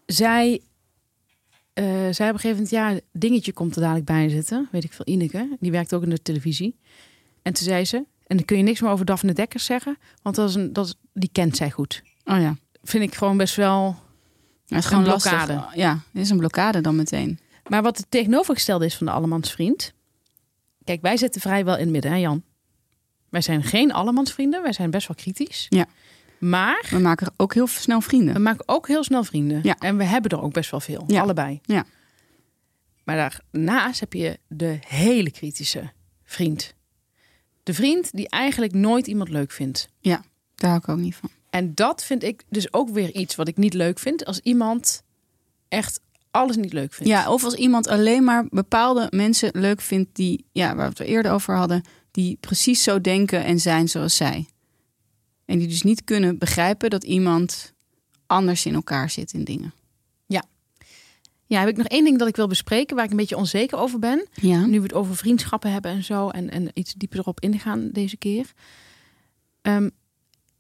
[SPEAKER 1] Zij, eh zij op een gegeven moment, ja, dingetje komt er dadelijk bij zitten. Weet ik veel, Ineke. Die werkt ook in de televisie. En toen zei ze, en dan kun je niks meer over Daphne Dekkers zeggen, want dat is een, dat is- die kent zij goed.
[SPEAKER 2] Oh ja,
[SPEAKER 1] Vind ik gewoon best wel
[SPEAKER 2] het is gewoon
[SPEAKER 1] Een
[SPEAKER 2] lastig.
[SPEAKER 1] blokkade.
[SPEAKER 2] Ja, het is een blokkade dan meteen.
[SPEAKER 1] Maar wat het tegenovergestelde is van de allemansvriend. Kijk, wij zitten vrijwel in het midden, hè Jan? Wij zijn geen allemansvrienden. Wij zijn best wel kritisch.
[SPEAKER 2] Ja.
[SPEAKER 1] Maar
[SPEAKER 2] We maken ook heel snel vrienden.
[SPEAKER 1] we maken ook heel snel vrienden.
[SPEAKER 2] Ja.
[SPEAKER 1] En we hebben er ook best wel veel.
[SPEAKER 2] Ja.
[SPEAKER 1] Allebei.
[SPEAKER 2] Ja.
[SPEAKER 1] Maar daarnaast heb je de hele kritische vriend. De vriend die eigenlijk nooit iemand leuk vindt.
[SPEAKER 2] Daar hou ik ook niet van.
[SPEAKER 1] En dat vind ik dus ook weer iets wat ik niet leuk vind. Als iemand echt alles niet leuk vindt.
[SPEAKER 2] Ja, of als iemand alleen maar bepaalde mensen leuk vindt die, ja, waar we het eerder over hadden, die precies zo denken en zijn zoals zij. En die dus niet kunnen begrijpen dat iemand anders in elkaar zit in dingen.
[SPEAKER 1] ja, heb ik nog één ding dat ik wil bespreken waar ik een beetje onzeker over ben.
[SPEAKER 2] Ja.
[SPEAKER 1] Nu we het over vriendschappen hebben en zo. En, en iets dieper erop ingaan deze keer. Ehm,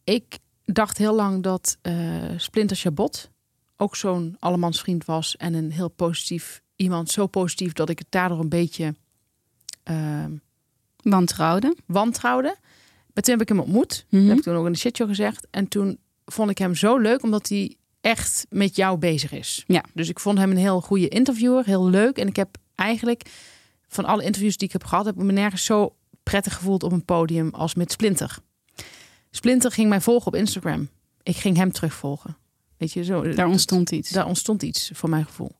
[SPEAKER 1] ik dacht heel lang dat eh, Splinter Chabot ook zo'n allemansvriend was. En een heel positief iemand. Zo positief dat ik het daardoor een beetje ehm,
[SPEAKER 2] Wantrouwde.
[SPEAKER 1] wantrouwde. Maar toen heb ik hem ontmoet. Dat
[SPEAKER 2] Mhm.
[SPEAKER 1] heb ik toen ook in de shitshow gezegd. En toen vond ik hem zo leuk, omdat hij echt met jou bezig is.
[SPEAKER 2] Ja.
[SPEAKER 1] Dus ik vond hem een heel goede interviewer, heel leuk. En ik heb eigenlijk van alle interviews die ik heb gehad, heb ik me nergens zo prettig gevoeld op een podium als met Splinter. Splinter ging mij volgen op Instagram. Ik ging hem terugvolgen. Weet je, zo.
[SPEAKER 2] Daar ontstond iets.
[SPEAKER 1] Daar ontstond iets, voor mijn gevoel.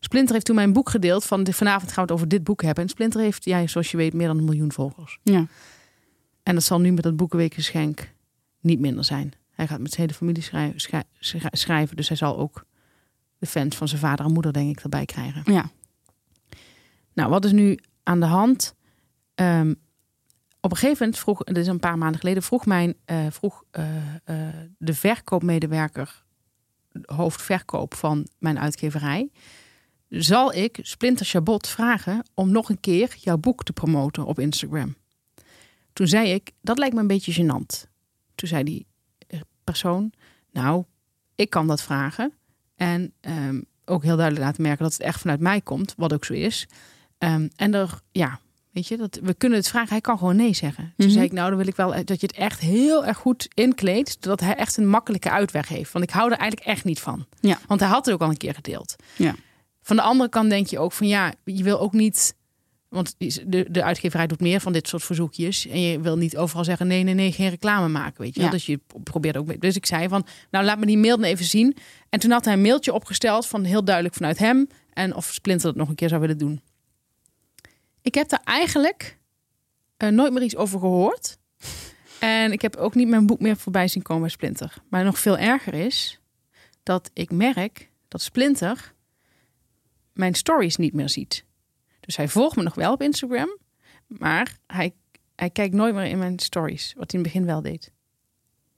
[SPEAKER 1] Splinter heeft toen mijn boek gedeeld van de- vanavond gaan we het over dit boek hebben. En Splinter heeft, ja, zoals je weet, meer dan een miljoen volgers.
[SPEAKER 2] Ja.
[SPEAKER 1] En dat zal nu met dat boekenweekgeschenk niet minder zijn. Hij gaat met zijn hele familie schrij- schrij- schrij- schrijven. Dus hij zal ook de fans van zijn vader en moeder, denk ik, erbij krijgen.
[SPEAKER 2] Ja.
[SPEAKER 1] Nou, wat is nu aan de hand? Ehm, op een gegeven moment vroeg, dit is een paar maanden geleden, vroeg, mijn, eh, vroeg eh, eh, de verkoopmedewerker, hoofdverkoop van mijn uitgeverij, zal ik Splinter Chabot vragen om nog een keer jouw boek te promoten op Instagram. Toen zei ik, dat lijkt me een beetje gênant. Toen zei die eh, persoon, nou, ik kan dat vragen. En ehm, ook heel duidelijk laten merken dat het echt vanuit mij komt, wat ook zo is. Ehm, en er, ja, weet je, dat, we kunnen het vragen. Hij kan gewoon nee zeggen. Toen
[SPEAKER 2] Mhm.
[SPEAKER 1] zei ik, nou, dan wil ik wel eh, dat je het echt heel erg goed inkleedt. Zodat hij echt een makkelijke uitweg heeft. Want ik hou er eigenlijk echt niet van.
[SPEAKER 2] Ja.
[SPEAKER 1] Want hij had het ook al een keer gedeeld.
[SPEAKER 2] Ja.
[SPEAKER 1] Van de andere kant denk je ook van, ja, je wil ook niet... Want de, de uitgeverij doet meer van dit soort verzoekjes. En je wil niet overal zeggen: nee, nee, nee, geen reclame maken. Weet je? wel.
[SPEAKER 2] Ja.
[SPEAKER 1] Dus je pro- probeert ook. mee- Dus ik zei van: nou, laat me die mail dan even zien. En toen had hij een mailtje opgesteld van heel duidelijk vanuit hem. En of Splinter dat nog een keer zou willen doen. Ik heb daar eigenlijk eh, nooit meer iets over gehoord. En ik heb ook niet mijn boek meer voorbij zien komen bij Splinter. Maar nog veel erger is dat ik merk dat Splinter mijn stories niet meer ziet. Dus hij volgt me nog wel op Instagram, maar hij, hij kijkt nooit meer in mijn stories, wat hij in het begin wel deed.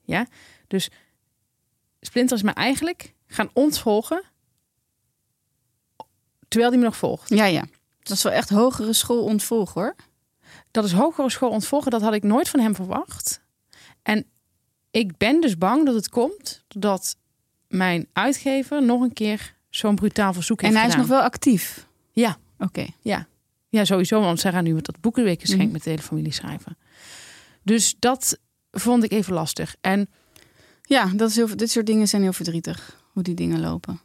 [SPEAKER 1] Ja, dus Splinters me eigenlijk gaan ontvolgen. Terwijl die me nog volgt.
[SPEAKER 2] Ja, ja. Dat is wel echt hogere school ontvolg hoor.
[SPEAKER 1] Dat is hogere school ontvolgen. Dat had ik nooit van hem verwacht. En ik ben dus bang dat het komt dat mijn uitgever nog een keer zo'n brutaal verzoek
[SPEAKER 2] En
[SPEAKER 1] heeft
[SPEAKER 2] hij is
[SPEAKER 1] gedaan.
[SPEAKER 2] nog wel actief.
[SPEAKER 1] Ja.
[SPEAKER 2] Oké.
[SPEAKER 1] Ja, sowieso, want zij gaan nu met dat boekenweekgeschenk
[SPEAKER 2] Mhm.
[SPEAKER 1] met de hele familie schrijven. Dus dat vond ik even lastig. En
[SPEAKER 2] Ja, dat is heel, dit soort dingen zijn heel verdrietig. Hoe die dingen lopen.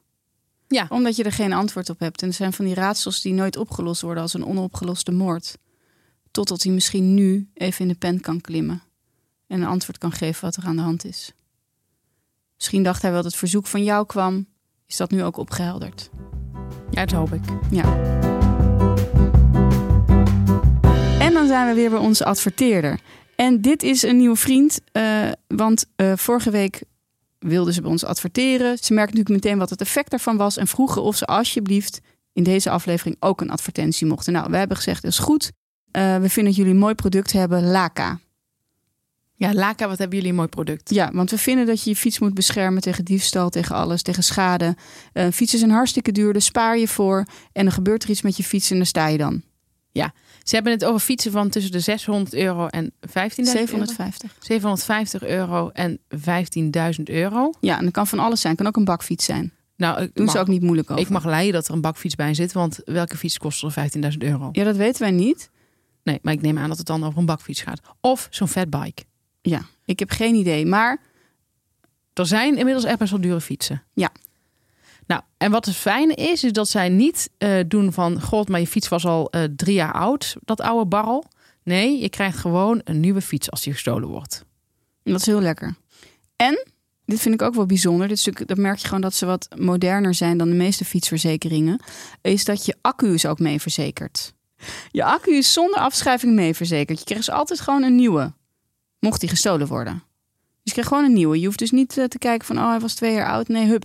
[SPEAKER 1] Ja.
[SPEAKER 2] Omdat je er geen antwoord op hebt. En er zijn van die raadsels die nooit opgelost worden als een onopgeloste moord. Totdat hij misschien nu even in de pen kan klimmen. En een antwoord kan geven wat er aan de hand is. Misschien dacht hij wel dat het verzoek van jou kwam. Is dat nu ook opgehelderd?
[SPEAKER 1] ja, dat hoop ik.
[SPEAKER 2] En dan zijn we weer bij onze adverteerder. En dit is een nieuwe vriend, eh, want eh, vorige week wilden ze bij ons adverteren. Ze merkten natuurlijk meteen wat het effect daarvan was en vroegen of ze alsjeblieft in deze aflevering ook een advertentie mochten. Nou, we hebben gezegd, dat is goed. Eh, we vinden dat jullie een mooi product hebben, Laka.
[SPEAKER 1] Ja, Laka, wat hebben jullie een mooi product.
[SPEAKER 2] Ja, want we vinden dat je je fiets moet beschermen tegen diefstal, tegen alles, tegen schade. Eh fietsen zijn hartstikke duur, dus spaar je voor. En dan gebeurt er iets met je fiets en daar sta je dan.
[SPEAKER 1] Ze hebben het over fietsen van tussen de 600 euro en 15.000 euro.
[SPEAKER 2] 750.
[SPEAKER 1] 750 euro en 15.000 euro.
[SPEAKER 2] Ja, en dat kan van alles zijn. Kan ook een bakfiets zijn.
[SPEAKER 1] Nou, ik
[SPEAKER 2] Doen
[SPEAKER 1] mag,
[SPEAKER 2] ze ook niet moeilijk over.
[SPEAKER 1] ik mag leiden dat er een bakfiets bij zit, want welke fiets kost er 15.000 euro?
[SPEAKER 2] Ja, dat weten wij niet.
[SPEAKER 1] Nee, maar ik neem aan dat het dan over een bakfiets gaat. Of zo'n fatbike.
[SPEAKER 2] Ja, ik heb geen idee. Maar
[SPEAKER 1] Er zijn inmiddels echt best wel dure fietsen.
[SPEAKER 2] Ja.
[SPEAKER 1] Nou, en wat het fijne is, is dat zij niet eh, doen van... God, maar je fiets was al eh, drie jaar oud, dat oude barrel. Nee, je krijgt gewoon een nieuwe fiets als die gestolen wordt.
[SPEAKER 2] dat is heel lekker. En, dit vind ik ook wel bijzonder. Dit stuk, dat merk je gewoon dat ze wat moderner zijn dan de meeste fietsverzekeringen. Is dat je accu is ook mee verzekerd. Je accu is zonder afschrijving mee verzekerd. Je krijgt dus altijd gewoon een nieuwe. Mocht die gestolen worden. Dus je krijgt gewoon een nieuwe. Je hoeft dus niet eh, te kijken van, oh, hij was twee jaar oud. Nee, hup.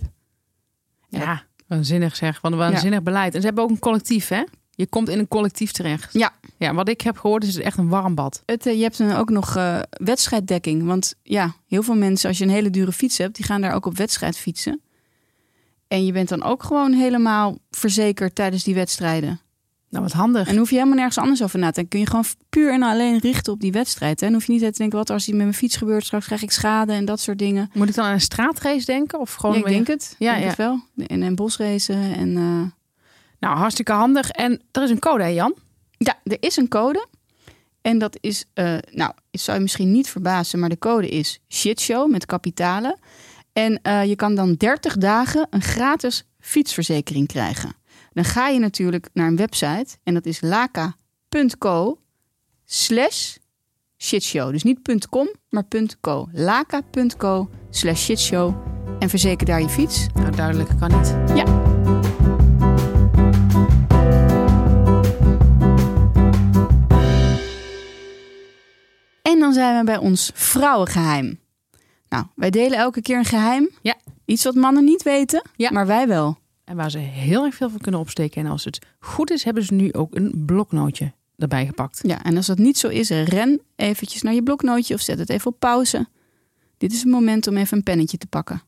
[SPEAKER 2] Ja.
[SPEAKER 1] Ja, waanzinnig zeg. Wat een waanzinnig beleid. En ze hebben ook een collectief, hè? Je komt in een collectief terecht.
[SPEAKER 2] Ja.
[SPEAKER 1] Ja, wat ik heb gehoord is het echt een warm bad.
[SPEAKER 2] Het, eh, je hebt dan ook nog eh, wedstrijddekking. Want ja, heel veel mensen, als je een hele dure fiets hebt, die gaan daar ook op wedstrijd fietsen. En je bent dan ook gewoon helemaal verzekerd tijdens die wedstrijden.
[SPEAKER 1] Nou, wat handig.
[SPEAKER 2] En hoef je helemaal nergens anders over na te denken. Kun je gewoon puur en alleen richten op die wedstrijd. hè. En hoef je niet te denken, wat als hier met mijn fiets gebeurt, straks krijg ik schade en dat soort dingen.
[SPEAKER 1] Moet ik dan aan een straatrace denken? Of gewoon
[SPEAKER 2] Ja, ik
[SPEAKER 1] weer-
[SPEAKER 2] denk het.
[SPEAKER 1] Ja,
[SPEAKER 2] Ja, denk
[SPEAKER 1] ja.
[SPEAKER 2] het wel. En, en bosracen. En, eh,
[SPEAKER 1] Nou, hartstikke handig. En er is een code, hè Jan?
[SPEAKER 2] Ja, er is een code. En dat is, eh, nou, het zou je misschien niet verbazen, maar de code is shitshow met kapitalen. En eh, je kan dan 30 dagen een gratis fietsverzekering krijgen. Dan ga je natuurlijk naar een website en dat is laka.co slash shitshow. Dus niet .com, maar .co. laka.co slash shitshow en verzeker daar je fiets.
[SPEAKER 1] Nou, duidelijk kan niet.
[SPEAKER 2] En dan zijn we bij ons vrouwengeheim. Nou, wij delen elke keer een geheim.
[SPEAKER 1] Ja.
[SPEAKER 2] Iets wat mannen niet weten,
[SPEAKER 1] Ja.
[SPEAKER 2] maar wij wel.
[SPEAKER 1] En waar ze heel erg veel van kunnen opsteken. En als het goed is, hebben ze nu ook een bloknootje erbij gepakt.
[SPEAKER 2] Ja, en als dat niet zo is, ren eventjes naar je bloknootje of zet het even op pauze. Dit is het moment om even een pennetje te pakken.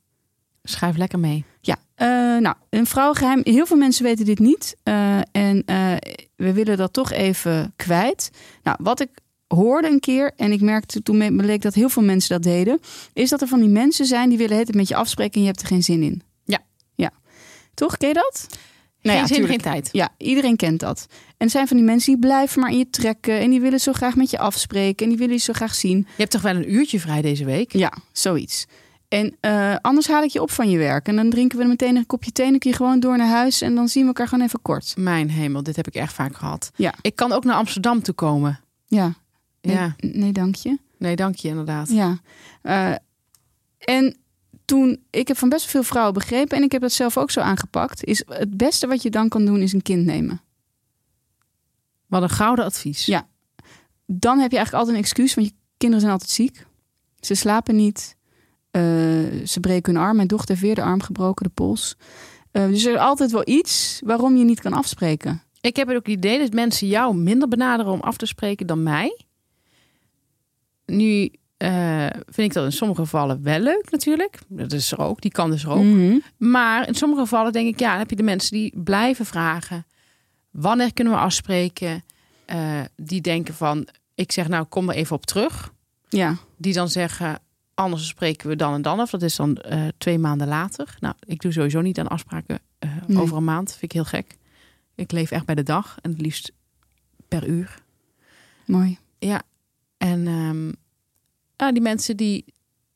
[SPEAKER 1] Schrijf lekker mee.
[SPEAKER 2] Ja, eh, nou, een vrouwengeheim. Heel veel mensen weten dit niet. eh, en eh, we willen dat toch even kwijt. Nou, wat ik hoorde een keer, en ik merkte toen me- bleek dat heel veel mensen dat deden, is dat er van die mensen zijn die willen het met je afspreken en je hebt er geen zin in.
[SPEAKER 1] Ja.
[SPEAKER 2] Ja. Toch? Ken je dat?
[SPEAKER 1] Geen zin,
[SPEAKER 2] tuurlijk.
[SPEAKER 1] geen tijd.
[SPEAKER 2] Ja, iedereen kent dat. En er zijn van die mensen die blijven maar in je trekken. En die willen zo graag met je afspreken. En die willen je zo graag zien.
[SPEAKER 1] Je hebt toch wel een uurtje vrij deze week?
[SPEAKER 2] Ja, zoiets. En eh, anders haal ik je op van je werk. En dan drinken we meteen een kopje thee. En dan kun je gewoon door naar huis. En dan zien we elkaar gewoon even kort.
[SPEAKER 1] Mijn hemel, dit heb ik echt vaak gehad.
[SPEAKER 2] Ja.
[SPEAKER 1] Ik kan ook naar Amsterdam toe komen.
[SPEAKER 2] Ja. Nee,
[SPEAKER 1] Ja.
[SPEAKER 2] Nee, dank je.
[SPEAKER 1] Nee, dank je inderdaad.
[SPEAKER 2] Ja. Eh, en toen, ik heb van best wel veel vrouwen begrepen. En ik heb dat zelf ook zo aangepakt. Is het beste wat je dan kan doen, is een kind nemen.
[SPEAKER 1] Wat een gouden advies.
[SPEAKER 2] Ja. dan heb je eigenlijk altijd een excuus, want je kinderen zijn altijd ziek. Ze slapen niet. Eh, ze breken hun arm. Mijn dochter heeft weer de arm gebroken, de pols. Eh, dus er is altijd wel iets waarom je niet kan afspreken.
[SPEAKER 1] Ik heb het ook het idee dat mensen jou minder benaderen om af te spreken dan mij. Nu eh, vind ik dat in sommige gevallen wel leuk natuurlijk. Dat is er ook, die kan dus er ook.
[SPEAKER 2] Mhm.
[SPEAKER 1] Maar in sommige gevallen denk ik, ja, dan heb je de mensen die blijven vragen. Wanneer kunnen we afspreken? Eh, die denken van, ik zeg nou, kom er even op terug.
[SPEAKER 2] Ja,
[SPEAKER 1] Die dan zeggen, anders spreken we dan en dan af. Dat is dan eh, twee maanden later. Nou, ik doe sowieso niet aan afspraken eh,
[SPEAKER 2] Nee.
[SPEAKER 1] over een maand. Vind ik heel gek. Ik leef echt bij de dag en het liefst per uur.
[SPEAKER 2] mooi.
[SPEAKER 1] En ehm, ja, die mensen die,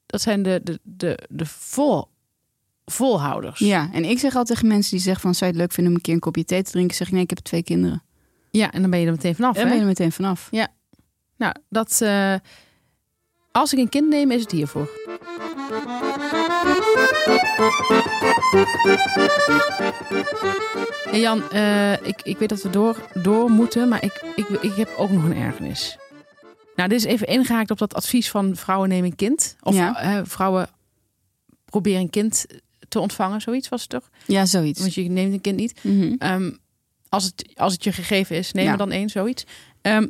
[SPEAKER 1] dat zijn de, de, de, de vol, volhouders.
[SPEAKER 2] Ja, en ik zeg altijd tegen mensen die zeggen van... zou je het leuk vinden om een keer een kopje thee te drinken? Zeg ik, nee, ik heb twee kinderen.
[SPEAKER 1] Ja, en dan ben je er meteen vanaf.
[SPEAKER 2] Dan
[SPEAKER 1] hè?
[SPEAKER 2] ben je er meteen vanaf.
[SPEAKER 1] Nou, dat. eh, als ik een kind neem, is het hiervoor. Hey Jan, eh, ik, ik weet dat we door, door moeten, maar ik, ik, ik heb ook nog een ergernis. Nou, dit is even ingehaakt op dat advies van vrouwen nemen een kind. Of
[SPEAKER 2] Ja.
[SPEAKER 1] eh, vrouwen proberen een kind te ontvangen, zoiets was het toch?
[SPEAKER 2] Ja, zoiets.
[SPEAKER 1] Want je neemt een kind niet.
[SPEAKER 2] Mhm.
[SPEAKER 1] Ehm, als, het, als het je gegeven is, neem
[SPEAKER 2] Ja.
[SPEAKER 1] er dan één, zoiets. Ehm,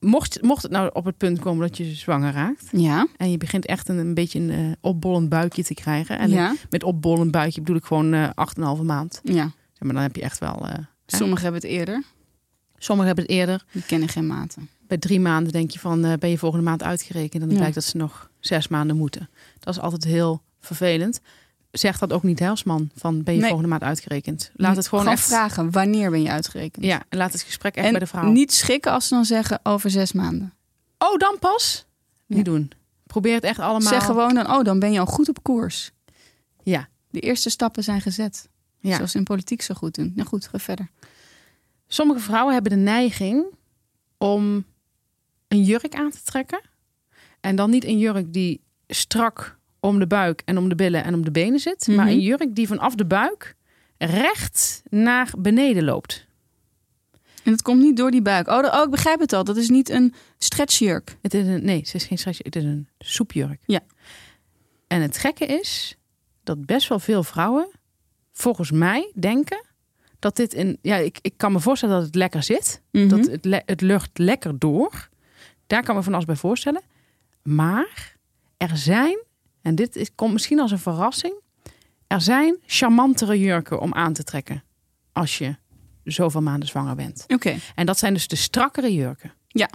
[SPEAKER 1] mocht, mocht het nou op het punt komen dat je zwanger raakt...
[SPEAKER 2] Ja,
[SPEAKER 1] en je begint echt een, een beetje een eh, opbollend buikje te krijgen... en
[SPEAKER 2] ja,
[SPEAKER 1] met opbollend buikje bedoel ik gewoon eh, 8,5 maand.
[SPEAKER 2] ja.
[SPEAKER 1] Zeg maar dan heb je echt wel... eh, hè?
[SPEAKER 2] Sommigen hebben het eerder.
[SPEAKER 1] Sommigen hebben het eerder.
[SPEAKER 2] Die kennen geen maten.
[SPEAKER 1] Bij drie maanden denk je van, eh, ben je volgende maand uitgerekend... en dan
[SPEAKER 2] Ja.
[SPEAKER 1] blijkt dat ze nog zes maanden moeten. Dat is altijd heel vervelend. Zeg dat ook niet hè, als man, van ben je
[SPEAKER 2] Nee.
[SPEAKER 1] volgende maand uitgerekend. Laat het Mm, gewoon, echt...
[SPEAKER 2] vragen. Wanneer ben je uitgerekend?
[SPEAKER 1] Ja, laat het gesprek echt
[SPEAKER 2] en
[SPEAKER 1] bij de vrouw.
[SPEAKER 2] niet schrikken als ze dan zeggen over zes maanden.
[SPEAKER 1] Oh, dan pas? Niet
[SPEAKER 2] Ja.
[SPEAKER 1] doen. Probeer het echt allemaal.
[SPEAKER 2] Zeg gewoon dan, oh, dan ben je al goed op koers.
[SPEAKER 1] Ja.
[SPEAKER 2] De eerste stappen zijn gezet.
[SPEAKER 1] Ja.
[SPEAKER 2] Zoals ze in politiek zo goed doen. Nou goed, ga verder.
[SPEAKER 1] Sommige vrouwen hebben de neiging om een jurk aan te trekken. En dan niet een jurk die strak om de buik en om de billen en om de benen zit.
[SPEAKER 2] Mhm.
[SPEAKER 1] Maar een jurk die vanaf de buik recht naar beneden loopt.
[SPEAKER 2] En het komt niet door die buik. Oh, dat- oh ik begrijp het al. Dat is niet een stretchjurk.
[SPEAKER 1] Het is een, nee, het is geen stretch, het is een soepjurk.
[SPEAKER 2] Ja.
[SPEAKER 1] En het gekke is dat best wel veel vrouwen volgens mij denken dat dit een... Ja, ik, ik kan me voorstellen dat het lekker zit.
[SPEAKER 2] Mhm.
[SPEAKER 1] Dat het, le- het lucht lekker door. Daar kan ik me van alles bij voorstellen. Maar er zijn, en dit is, komt misschien als een verrassing, er zijn charmantere jurken om aan te trekken als je zoveel maanden zwanger bent.
[SPEAKER 2] Oké.
[SPEAKER 1] En dat zijn dus de strakkere jurken.
[SPEAKER 2] Ja.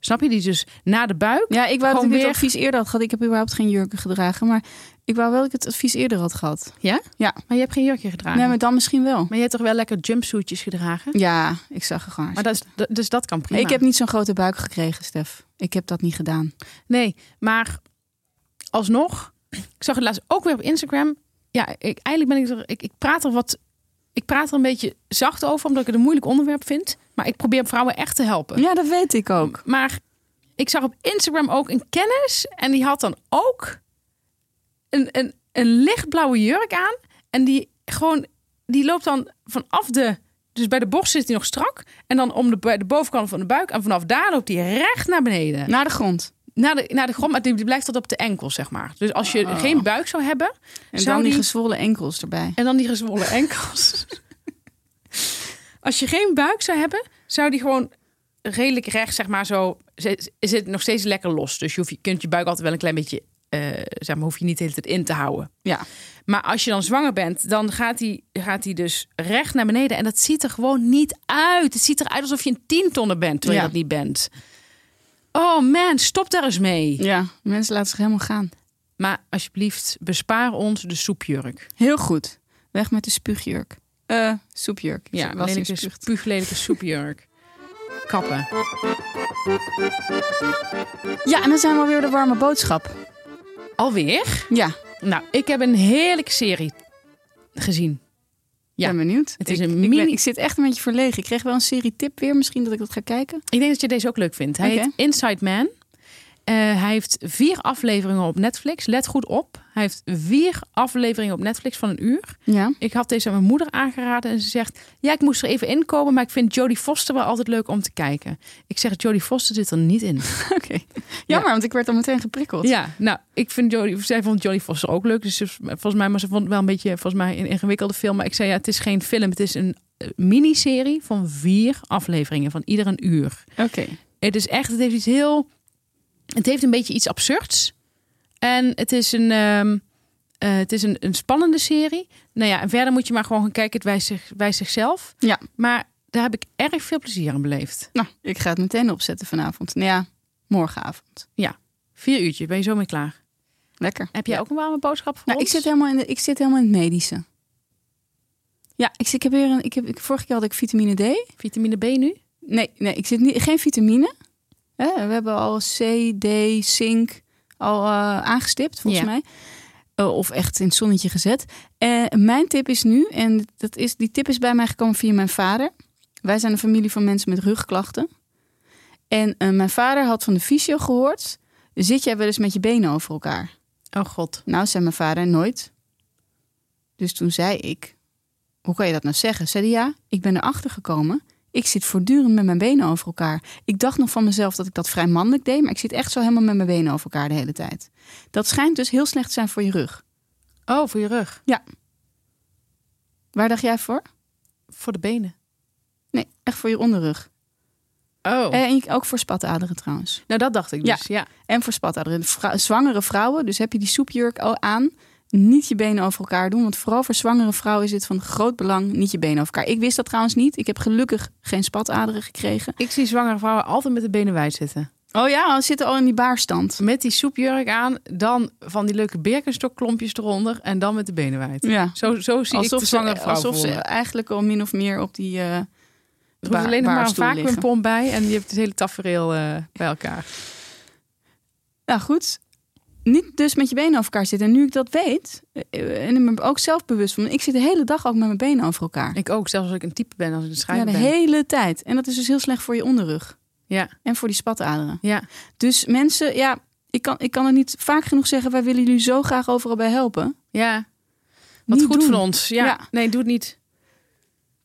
[SPEAKER 1] Snap je die dus na de buik?
[SPEAKER 2] Ja, ik wou dat
[SPEAKER 1] Gewoon
[SPEAKER 2] ik dit
[SPEAKER 1] weer-
[SPEAKER 2] advies eerder had gehad. Ik heb überhaupt geen jurken gedragen. Maar ik wou wel dat ik het advies eerder had gehad.
[SPEAKER 1] Maar je hebt geen jurkje gedragen.
[SPEAKER 2] Nee,
[SPEAKER 1] maar...
[SPEAKER 2] maar dan misschien wel.
[SPEAKER 1] je hebt toch wel lekker jumpsuitjes gedragen?
[SPEAKER 2] Ja, ik zag er gewoon.
[SPEAKER 1] Maar dat is, dat- dus dat kan prima.
[SPEAKER 2] Ik heb niet zo'n grote buik gekregen, Stef. Ik heb dat niet gedaan.
[SPEAKER 1] Nee, maar alsnog, ik zag het laatst ook weer op Instagram. Ja, ik, eigenlijk ben ik er, ik, ik praat er wat, ik praat er een beetje zacht over, omdat ik het een moeilijk onderwerp vind. Maar ik probeer vrouwen echt te helpen.
[SPEAKER 2] Ja, dat weet ik ook.
[SPEAKER 1] Maar ik zag op Instagram ook een kennis en die had dan ook een, een, een lichtblauwe jurk aan. En die gewoon, die loopt dan vanaf de, dus bij de borst zit die nog strak. En dan om de, bij de bovenkant van de buik en vanaf daar loopt die recht naar beneden.
[SPEAKER 2] Naar de grond.
[SPEAKER 1] Naar de, naar de grond, maar die, die blijft tot op de enkels, zeg maar. Dus als je
[SPEAKER 2] Oh.
[SPEAKER 1] geen buik zou hebben...
[SPEAKER 2] En
[SPEAKER 1] zou
[SPEAKER 2] dan die
[SPEAKER 1] die-
[SPEAKER 2] gezwollen enkels erbij.
[SPEAKER 1] En dan die gezwollen enkels. als je geen buik zou hebben, zou die gewoon redelijk recht, zeg maar zo... ze- Is het nog steeds lekker los. Dus je, hoeft, je kunt je buik altijd wel een klein beetje... eh, zeg maar, hoef je niet de hele tijd in te houden.
[SPEAKER 2] Ja.
[SPEAKER 1] Maar als je dan zwanger bent, dan gaat die, gaat die dus recht naar beneden. En dat ziet er gewoon niet uit. Het ziet eruit alsof je een tientonner bent, terwijl
[SPEAKER 2] Ja.
[SPEAKER 1] je dat niet bent. Oh man, stop daar eens mee.
[SPEAKER 2] Ja, mensen laten zich helemaal gaan.
[SPEAKER 1] Maar alsjeblieft, bespaar ons de soepjurk.
[SPEAKER 2] Heel goed. Weg met de spuugjurk. Eh, soepjurk. Ik
[SPEAKER 1] Ja, dus
[SPEAKER 2] was hier
[SPEAKER 1] lelijke,
[SPEAKER 2] spuugt.
[SPEAKER 1] spuuglelijke soepjurk. Kappen.
[SPEAKER 2] Ja, en dan zijn we weer de warme boodschap.
[SPEAKER 1] Alweer?
[SPEAKER 2] Ja,
[SPEAKER 1] Nou, ik heb een heerlijke serie gezien. Ja.
[SPEAKER 2] ben benieuwd.
[SPEAKER 1] Het is
[SPEAKER 2] ik,
[SPEAKER 1] een
[SPEAKER 2] ik ben-
[SPEAKER 1] mini-
[SPEAKER 2] ik zit echt een beetje verlegen. Ik kreeg wel een serie tip weer. Misschien dat ik dat ga kijken.
[SPEAKER 1] Ik denk dat je deze ook leuk vindt. Hij
[SPEAKER 2] Oké.
[SPEAKER 1] heet Inside Man. Eh, hij heeft vier afleveringen op Netflix. Let goed op. Hij heeft vier afleveringen op Netflix van een uur.
[SPEAKER 2] Ja.
[SPEAKER 1] Ik had deze aan mijn moeder aangeraden en ze zegt... Ja, ik moest er even inkomen, maar ik vind Jodie Foster wel altijd leuk om te kijken. Ik zeg, Jodie Foster zit er niet in.
[SPEAKER 2] Oké. Jammer, want ik werd al meteen geprikkeld.
[SPEAKER 1] Ja, nou, ik vind Jodie, zij vond Jodie Foster ook leuk. Dus ze- volgens mij, maar ze vond het wel een beetje, volgens mij, een ingewikkelde film. Maar ik zei, ja, het is geen film. Het is een eh, miniserie van vier afleveringen van ieder een uur.
[SPEAKER 2] Oké.
[SPEAKER 1] Het is echt, het heeft iets heel Het heeft een beetje iets absurds. En het is een, ehm, eh, het is een, een spannende serie. Nou ja, en verder moet je maar gewoon gaan kijken. Het wijst, zich, wijst zichzelf.
[SPEAKER 2] Ja.
[SPEAKER 1] Maar daar heb ik erg veel plezier aan beleefd.
[SPEAKER 2] Nou, ik ga het meteen opzetten vanavond. Nou ja, morgenavond.
[SPEAKER 1] Vier uurtjes, ben je zo mee klaar.
[SPEAKER 2] Lekker.
[SPEAKER 1] Heb jij
[SPEAKER 2] Ja.
[SPEAKER 1] ook een warme boodschap voor
[SPEAKER 2] Nou, ik
[SPEAKER 1] ons?
[SPEAKER 2] zit helemaal in, de, ik zit helemaal in het medische. Ja, ik, zit- ik heb weer een. Ik heb, ik, vorige keer had ik vitamine D.
[SPEAKER 1] Vitamine B nu?
[SPEAKER 2] Nee, nee ik zit niet, geen vitamine. Hè, we hebben al C, D, zink al eh, aangestipt, volgens
[SPEAKER 1] Ja.
[SPEAKER 2] mij. Eh, of echt in het zonnetje gezet. Eh, mijn tip is nu, en dat is, die tip is bij mij gekomen via mijn vader. Wij zijn een familie van mensen met rugklachten. En eh, mijn vader had van de fysio gehoord... zit jij wel eens met je benen over elkaar?
[SPEAKER 1] Oh god.
[SPEAKER 2] Nou, zei mijn vader, nooit. Dus toen zei ik, hoe kan je dat nou zeggen? Zei hij, ja, ik ben erachter gekomen. Ik zit voortdurend met mijn benen over elkaar. Ik dacht nog van mezelf dat ik dat vrij mannelijk deed... maar ik zit echt zo helemaal met mijn benen over elkaar de hele tijd. Dat schijnt dus heel slecht te zijn voor je rug.
[SPEAKER 1] Oh, voor je rug.
[SPEAKER 2] Waar dacht jij voor?
[SPEAKER 1] Voor de benen.
[SPEAKER 2] Nee, echt voor je onderrug. Eh,
[SPEAKER 1] Oh.
[SPEAKER 2] En je- ook voor spataderen trouwens.
[SPEAKER 1] nou, dat dacht ik
[SPEAKER 2] Ja.
[SPEAKER 1] dus. Ja.
[SPEAKER 2] En voor Nou, spataderen. Vrou- zwangere vrouwen, dus heb je die soepjurk al aan. Niet je benen over elkaar doen. Want vooral voor zwangere vrouwen is het van groot belang niet je benen over elkaar. Ik wist dat trouwens niet. Ik heb gelukkig geen spataderen gekregen.
[SPEAKER 1] Ik zie zwangere vrouwen altijd met de benen wijd zitten.
[SPEAKER 2] Oh ja, ze zitten al in die baarstand.
[SPEAKER 1] Met die soepjurk aan, dan van die leuke birkenstokklompjes eronder en dan met de benen wijd.
[SPEAKER 2] Ja.
[SPEAKER 1] Zo, zo zie ik de zwangere
[SPEAKER 2] ze,
[SPEAKER 1] vrouw
[SPEAKER 2] alsof
[SPEAKER 1] voor
[SPEAKER 2] ze
[SPEAKER 1] me.
[SPEAKER 2] eigenlijk al min of meer op die... eh,
[SPEAKER 1] Er
[SPEAKER 2] ba-
[SPEAKER 1] hoeft alleen nog maar een
[SPEAKER 2] baarstoel liggen.
[SPEAKER 1] vacuümpomp bij en je hebt het hele tafereel eh, bij elkaar.
[SPEAKER 2] Nou goed, niet dus met je benen over elkaar zitten. En nu ik dat weet, eh, en ik ben ook zelf bewust van... ik zit de hele dag ook met mijn benen over elkaar.
[SPEAKER 1] Ik ook, zelfs als ik een type ben, als ik een
[SPEAKER 2] Ja,
[SPEAKER 1] schrijver
[SPEAKER 2] de
[SPEAKER 1] ben.
[SPEAKER 2] hele tijd. En dat is dus heel slecht voor je onderrug.
[SPEAKER 1] Ja.
[SPEAKER 2] En voor die spataderen.
[SPEAKER 1] Ja.
[SPEAKER 2] Dus mensen, ja, ik kan, ik kan het niet vaak genoeg zeggen. Wij willen jullie zo graag overal bij helpen.
[SPEAKER 1] ja, wat
[SPEAKER 2] Niet
[SPEAKER 1] goed
[SPEAKER 2] doen.
[SPEAKER 1] van ons. Ja.
[SPEAKER 2] Ja.
[SPEAKER 1] Nee, doe het niet.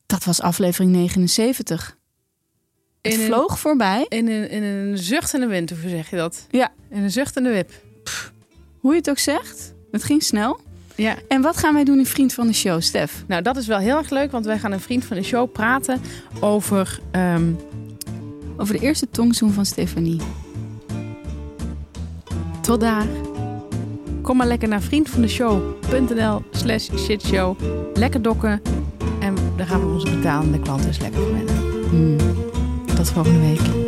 [SPEAKER 2] Dat was aflevering 79. Het
[SPEAKER 1] In een,
[SPEAKER 2] vloog voorbij.
[SPEAKER 1] in, een, in een zuchtende wind, hoe zeg je dat?
[SPEAKER 2] Ja.
[SPEAKER 1] In een zuchtende wip.
[SPEAKER 2] Hoe je het ook zegt, het ging snel.
[SPEAKER 1] Ja.
[SPEAKER 2] En wat gaan wij doen in Vriend van de Show, Stef?
[SPEAKER 1] Nou, dat is wel heel erg leuk, want wij gaan een vriend van de show praten over... ehm,
[SPEAKER 2] Over de eerste tongzoen van Stefanie.
[SPEAKER 1] Tot daar. Kom maar lekker naar vriendvandeshow.nl slash shitshow. Lekker dokken.
[SPEAKER 2] Hmm.
[SPEAKER 1] En daar gaan we onze betalende klanten eens lekker voor wennen. Tot volgende week.